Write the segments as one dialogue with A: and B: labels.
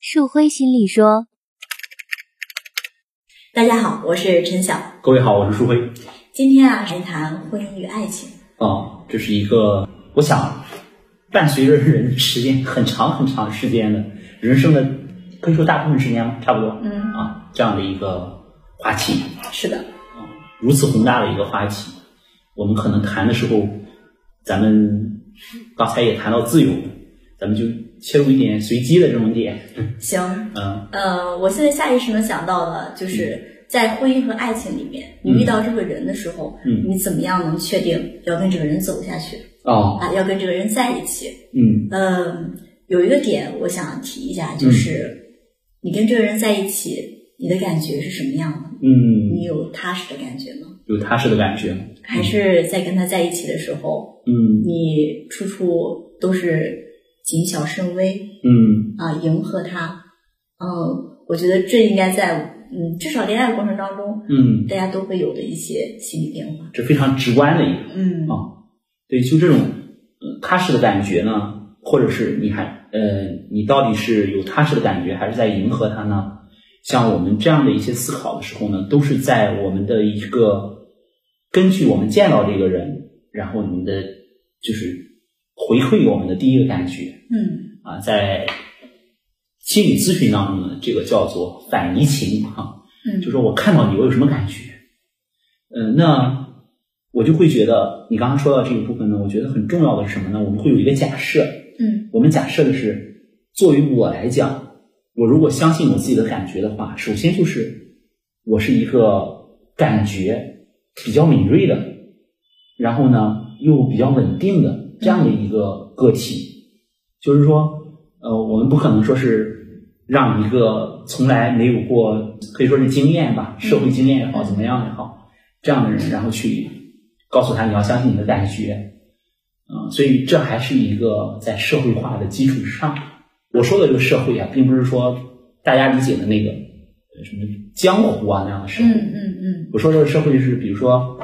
A: 树辉心里说：“
B: 大家好，我是陈晓。
C: 各位好，我是舒辉。
B: 今天啊，来谈婚姻与爱情。
C: 啊、这是一个我想伴随着人时间很长很长时间的人生的，可以说大部分时间吧，差不多。
B: 嗯
C: 啊，这样的一个话题，
B: 是的，
C: 如此宏大的一个话题，我们可能谈的时候，咱们刚才也谈到自由，咱们就切入一点随机的这种点。
B: 行。
C: 嗯，
B: 呃，我现在下意识能想到的就是，在婚姻和爱情里面，你遇到这个人的时候，
C: 嗯
B: 你怎么样能确定要跟这个人走下去
C: 哦，
B: 啊？要跟这个人在一起？
C: 嗯
B: 嗯，有一个点我想提一下，就是、你跟这个人在一起，你的感觉是什么样的？
C: 嗯，
B: 你有踏实的感觉吗？
C: 有踏实的感觉。
B: 还是在跟他在一起的时候，
C: 嗯
B: 你处处都是谨小慎微
C: 嗯
B: 啊，迎合他。嗯，我觉得这应该在嗯，至少恋爱过程当中，
C: 嗯，
B: 大家都会有的一些心理变化。
C: 这非常直观的一个。
B: 嗯
C: 啊，对，就这种呃踏实的感觉呢，或者是你还呃，你到底是有踏实的感觉，还是在迎合他呢？像我们这样的一些思考的时候呢，都是在我们的一个根据我们见到这个人，然后你们的就是回馈我们的第一个感觉
B: 嗯
C: 啊，在心理咨询当中呢，这个叫做反移情啊。
B: 嗯，
C: 就说我看到你，我有什么感觉？嗯、那我就会觉得你刚刚说到这个部分呢，我觉得很重要的是什么呢？我们会有一个假设，
B: 嗯
C: 我们假设的是，作为我来讲，我如果相信我自己的感觉的话，首先就是我是一个感觉比较敏锐的，然后呢又比较稳定的这样的一个个体。就是说，呃，我们不可能说是让一个从来没有过可以说是经验吧，社会经验也好，怎么样也好，这样的人，然后去告诉他你要相信你的感觉，啊，所以这还是一个在社会化的基础之上。我说的这个社会啊，并不是说大家理解的那个呃什么江湖啊那样的社会。
B: 嗯嗯嗯
C: 我说这个社会就是，比如说，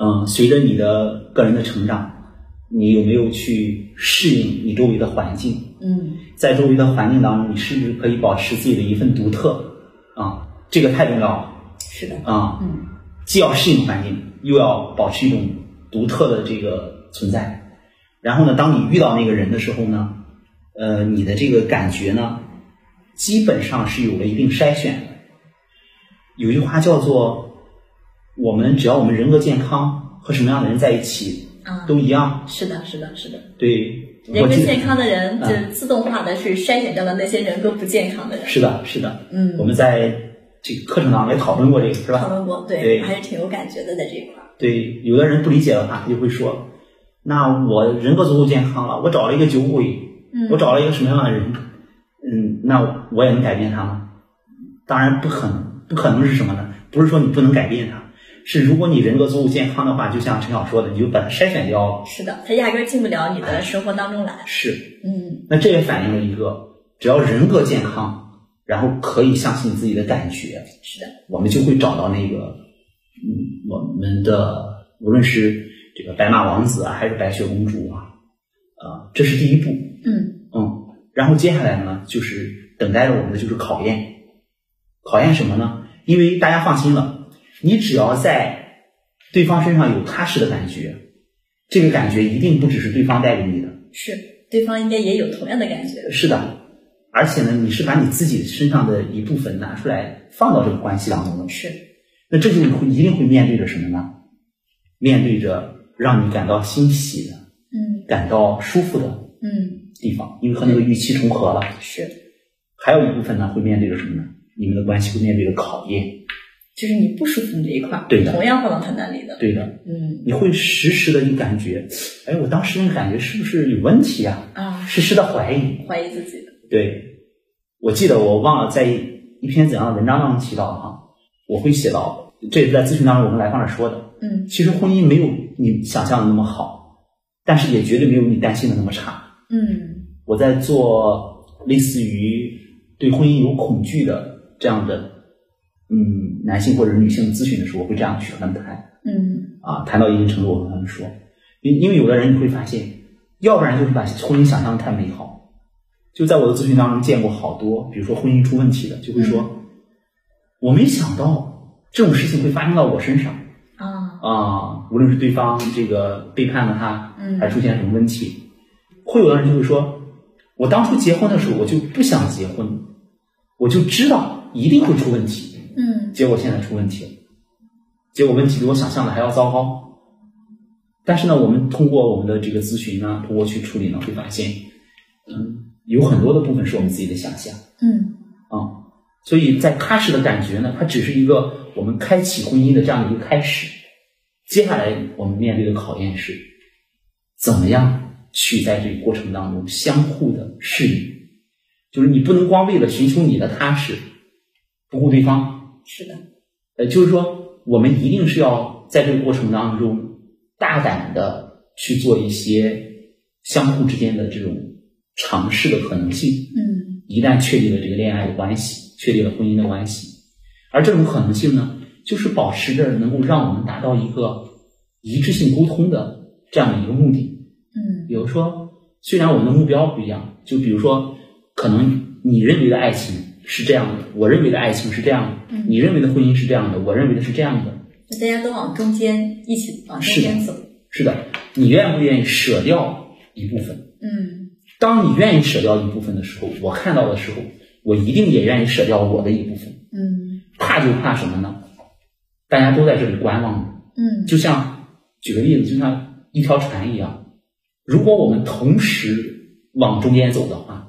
C: 嗯，随着你的个人的成长，你有没有去适应你周围的环境？
B: 嗯
C: 在周围的环境当中，你是不是可以保持自己的一份独特？啊，这个太重要了
B: 是的，
C: 啊！
B: 嗯
C: 既要适应环境，又要保持一种独特的这个存在。然后呢，当你遇到那个人的时候呢，呃，你的这个感觉呢，基本上是有了一定筛选的。有一句话叫做：“我们只要我们人格健康，和什么样的人在一起
B: 啊，
C: 都一样。
B: 是的，是的，是的。”
C: 对，
B: 人
C: 我
B: 格
C: 记得
B: 健康的人
C: 啊
B: 就是自动化的去筛选掉了那些人格不健康的人。
C: 是的，是的。
B: 嗯
C: 我们在这个课程当中也讨论过这个，是吧？
B: 讨论过，对，
C: 对
B: 我还是挺有感觉的，在这一块儿。
C: 对，有的人不理解的话，他就会说：“那我人格足够健康了，我找了一个酒鬼，
B: 嗯
C: 我找了一个什么样的人，嗯，那我也能改变他吗？当然不可能，不可能是什么呢？不是说你不能改变他，是如果你人格足够健康的话，就像陈晓说的，你就把它筛选掉了。
B: 是的，他压根儿进不了你的生活当中来。
C: 是，
B: 嗯
C: 那这也反映了一个，只要人格健康，然后可以相信自己的感觉，，
B: 是的，
C: 我们就会找到那个，嗯，我们的无论是这个白马王子啊，还是白雪公主啊，啊、这是第一步，
B: 嗯。
C: 嗯，然后接下来呢，就是等待着我们的就是考验，考验什么呢？因为大家放心了，你只要在对方身上有踏实的感觉，这个感觉一定不只是对方带给你的，
B: 是，对方应该也有同样的感觉。
C: 是的，而且呢，你是把你自己身上的一部分拿出来放到这个关系当中的，
B: 是，
C: 那这就是会一定会面对着什么呢？面对着让你感到欣喜的、
B: 嗯
C: 感到舒服的
B: 嗯，
C: 地方，因为和那个预期重合了。
B: 是，
C: 还有一部分呢，会面对着什么呢？你们的关系会面对着考验。
B: 就是你不舒服的这一块儿，
C: 对的
B: 同样放到他那里的。
C: 对的，
B: 嗯
C: 你会时时的你感觉，哎，我当时那个感觉是不是有问题啊？
B: 啊，
C: 时时的怀疑。
B: 怀疑自己的。
C: 对，我记得我忘了在一篇怎样的文章当中提到了哈，我会写到，这也是在咨询当中我们来访者说的，
B: 嗯
C: 其实婚姻没有你想象的那么好，但是也绝对没有你担心的那么差。
B: 嗯
C: 我在做类似于对婚姻有恐惧的这样的，嗯，男性或者女性咨询的时候，我会这样去和他们谈
B: 嗯
C: 啊，谈到一定程度，我和他们说，因因为有的人你会发现，要不然就是把婚姻想象得太美好，就在我的咨询当中见过好多，比如说婚姻出问题的，就会说，我没想到这种事情会发生到我身上
B: 啊，
C: 啊、无论是对方这个背叛了他，
B: 嗯
C: 还是出现什么问题，会有的人就会说，我当初结婚的时候我就不想结婚，我就知道一定会出问题，
B: 嗯
C: 结果现在出问题了，结果问题比我想象的还要糟糕。但是呢，我们通过我们的这个咨询呢，通过去处理呢，会发现，嗯，有很多的部分是我们自己的想象
B: 嗯
C: 啊、所以在踏实的感觉呢，它只是一个我们开启婚姻的这样的一个开始。接下来我们面对的考验是，怎么样去在这个过程当中相互的适应，就是你不能光为了寻求你的踏实，不顾对方，
B: 是的，
C: 呃，就是说，我们一定是要在这个过程当中大胆的去做一些相互之间的这种尝试的可能性。
B: 嗯
C: 一旦确立了这个恋爱的关系，确立了婚姻的关系，而这种可能性呢，就是保持着能够让我们达到一个一致性沟通的这样的一个目的。
B: 嗯
C: 比如说，虽然我们的目标不一样，就比如说，可能你认为的爱情是这样的，我认为的爱情是这样的，
B: 嗯
C: 你认为的婚姻是这样的，我认为的是这样的。
B: 那大家都往中间一起往中间
C: 是
B: 走，
C: 是的，你愿不愿意舍掉一部分？
B: 嗯
C: 当你愿意舍掉一部分的时候，我看到的时候，我一定也愿意舍掉我的一部分。
B: 嗯
C: 怕就怕什么呢？大家都在这里观望，
B: 嗯
C: 就像举个例子，就像一条船一样，如果我们同时往中间走的话，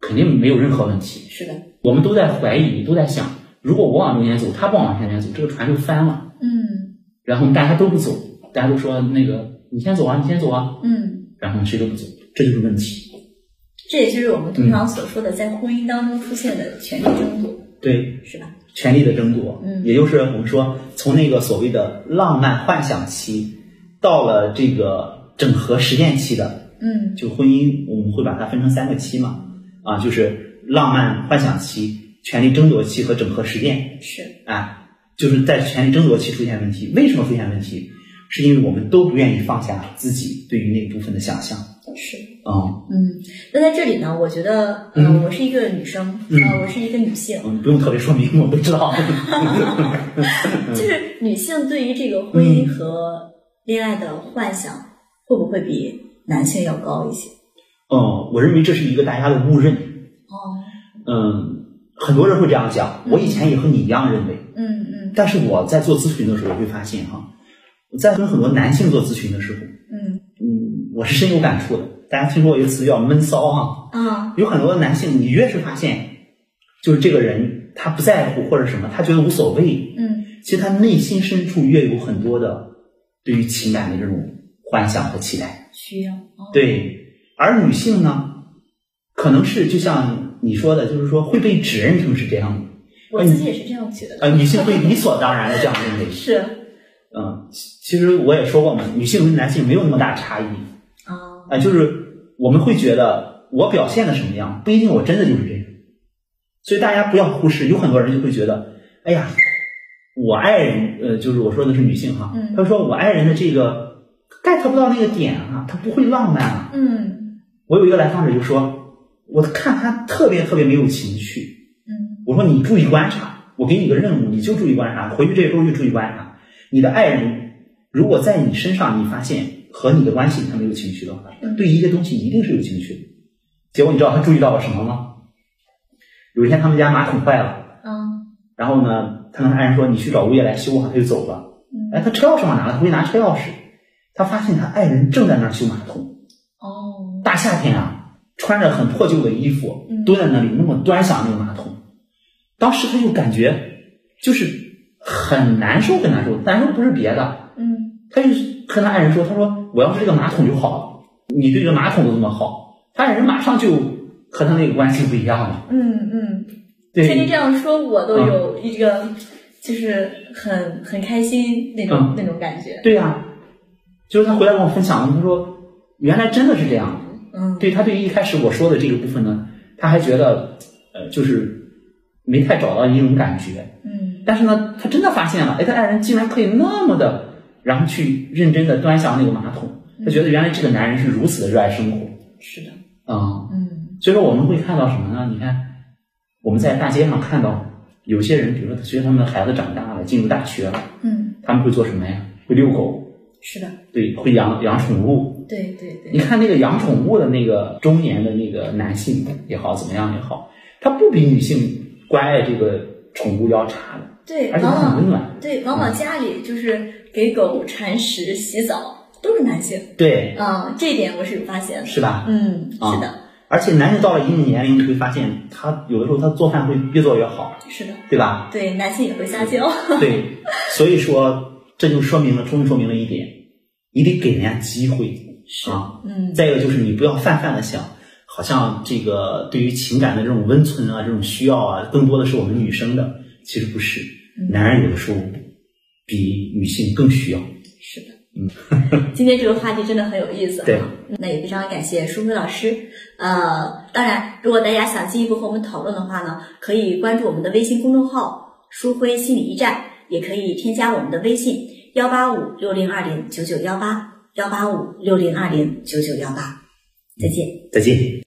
C: 肯定没有任何问题。
B: 是的，
C: 我们都在怀疑，都在想，如果我往中间走，他不往前面走，这个船就翻了。
B: 嗯
C: 然后大家都不走，大家都说那个你先走啊，你先走啊，
B: 嗯，
C: 然后谁都不走，这就是问题。
B: 这也就是我们通常所说的在婚姻当中出现的权力争夺，
C: 对，
B: 是吧？
C: 权力的争夺，
B: 嗯
C: 也就是我们说从那个所谓的浪漫幻想期，到了这个整合实践期的，
B: 嗯
C: 就婚姻，我们会把它分成三个期嘛，啊，就是浪漫幻想期、权力争夺期和整合实践。
B: 是，
C: 啊，就是在权力争夺期出现问题。为什么出现问题？是因为我们都不愿意放下自己对于那部分的想象。
B: 是。
C: 嗯，
B: 嗯，那在这里呢，我觉得，呃，
C: 嗯
B: 我是一个女生，
C: 嗯
B: 呃，我是一个女性，
C: 我们不用特别说明，我都知道。嗯
B: 就是女性对于这个婚姻和恋爱的幻想，会不会比男性要高一些？
C: 嗯，我认为这是一个大家的误认。
B: 哦，
C: 嗯，很多人会这样讲。我以前也和你一样认为，
B: 嗯嗯
C: 但是我在做咨询的时候，我会发现哈，我在跟很多男性做咨询的时候，
B: 嗯
C: 嗯，我是深有感触的。大家听说过一个词叫闷骚哈、
B: 啊，
C: 有很多的男性，你越是发现，就是这个人他不在乎或者什么，他觉得无所谓，
B: 嗯
C: 其实他内心深处越有很多的对于情感的这种幻想和期待。
B: 需要，哦，
C: 对，而女性呢，可能是就像你说的，就是说会被指认成是这样的，
B: 我自己也是这样觉得，
C: 呃，女性会理所当然的这样认为。
B: 是
C: 嗯，其实我也说过嘛，女性跟男性没有那么大差异，
B: 啊，
C: 啊，就是我们会觉得我表现的什么样，不一定我真的就是这样。所以大家不要忽视，有很多人就会觉得，哎呀，我爱人，呃，就是我说的是女性哈，
B: 嗯
C: 她说我爱人的这个 get 不到那个点啊，他不会浪漫啊。
B: 嗯
C: 我有一个来访者就说，我看他特别特别没有情趣，
B: 嗯
C: 我说你注意观察，我给你个任务，你就注意观察，回去这周就注意观察，你的爱人如果在你身上你发现和你的关系里他没有情绪的话，
B: 嗯，
C: 对一个东西一定是有情绪的。结果你知道他注意到了什么吗？有一天他们家马桶坏了，
B: 啊
C: 然后呢，他跟他爱人说：“你去找物业来修啊。”他就走了。哎，
B: 嗯
C: 他车钥匙忘拿了，他回去拿车钥匙，他发现他爱人正在那儿修马桶。
B: 哦，
C: 大夏天啊，穿着很破旧的衣服
B: 嗯，
C: 蹲在那里那么端详那个马桶。当时他就感觉就是很难受，很难受。难受不是别的，
B: 嗯
C: 他就跟他爱人说：“他说我要是这个马桶就好了，你对这个马桶都这么好。”他爱人马上就和他那个关系不一样了。
B: 嗯嗯，天天这
C: 对，嗯
B: 样说，我都有一个就是很很开心那种
C: 嗯
B: 那种感觉，
C: 对呀、就是他回来跟我分享了，他说原来真的是这样的。
B: 嗯
C: 对他对于一开始我说的这个部分呢，他还觉得呃就是没太找到一种感觉，
B: 嗯
C: 但是呢，他真的发现了，哎，他爱人竟然可以那么的，然后去认真的端详那个马桶，他觉得原来这个男人是如此的热爱生活。
B: 是的，
C: 嗯，
B: 嗯。
C: 所以说我们会看到什么呢？你看我们在大街上看到有些人，比如说随着他们的孩子长大了，进入大学了，
B: 嗯，
C: 他们会做什么呀？会遛狗，
B: 是的，
C: 对，会养养宠物。
B: 对对对
C: 你，看那个养宠物的那个中年的那个男性也好，怎么样也好，他不比女性关爱这个宠物要差的，
B: 对，
C: 而且
B: 往
C: 他很
B: 往
C: 温暖。
B: 对往往家里就是给狗铲屎、洗澡都是男性，
C: 对，
B: 嗯，这一点我是有发现的，
C: 是啊吧？
B: 嗯，是的，
C: 而且男人到了一定年龄，你会发现他有的时候他做饭会越做越好，
B: 是的，
C: 对吧？
B: 对，男性也会撒娇，
C: 对，所以说这就说明了，充分说明了一点，你得给人家机会
B: 是
C: 啊。，
B: 嗯，
C: 再一个就是你不要泛泛的想，好像这个对于情感的这种温存啊、这种需要啊，更多的是我们女生的，其实不是，
B: 嗯
C: 男人有的时候比女性更需要。
B: 是的，嗯，今天这个话题真的很有意思、啊，
C: 对
B: 那也非常感谢舒辉老师。呃，当然，如果大家想进一步和我们讨论的话呢，可以关注我们的微信公众号“舒辉心理驿站”，也可以添加我们的微信幺八五六零二零九九幺八幺八五六零二零九九幺八。再见。
C: 再见。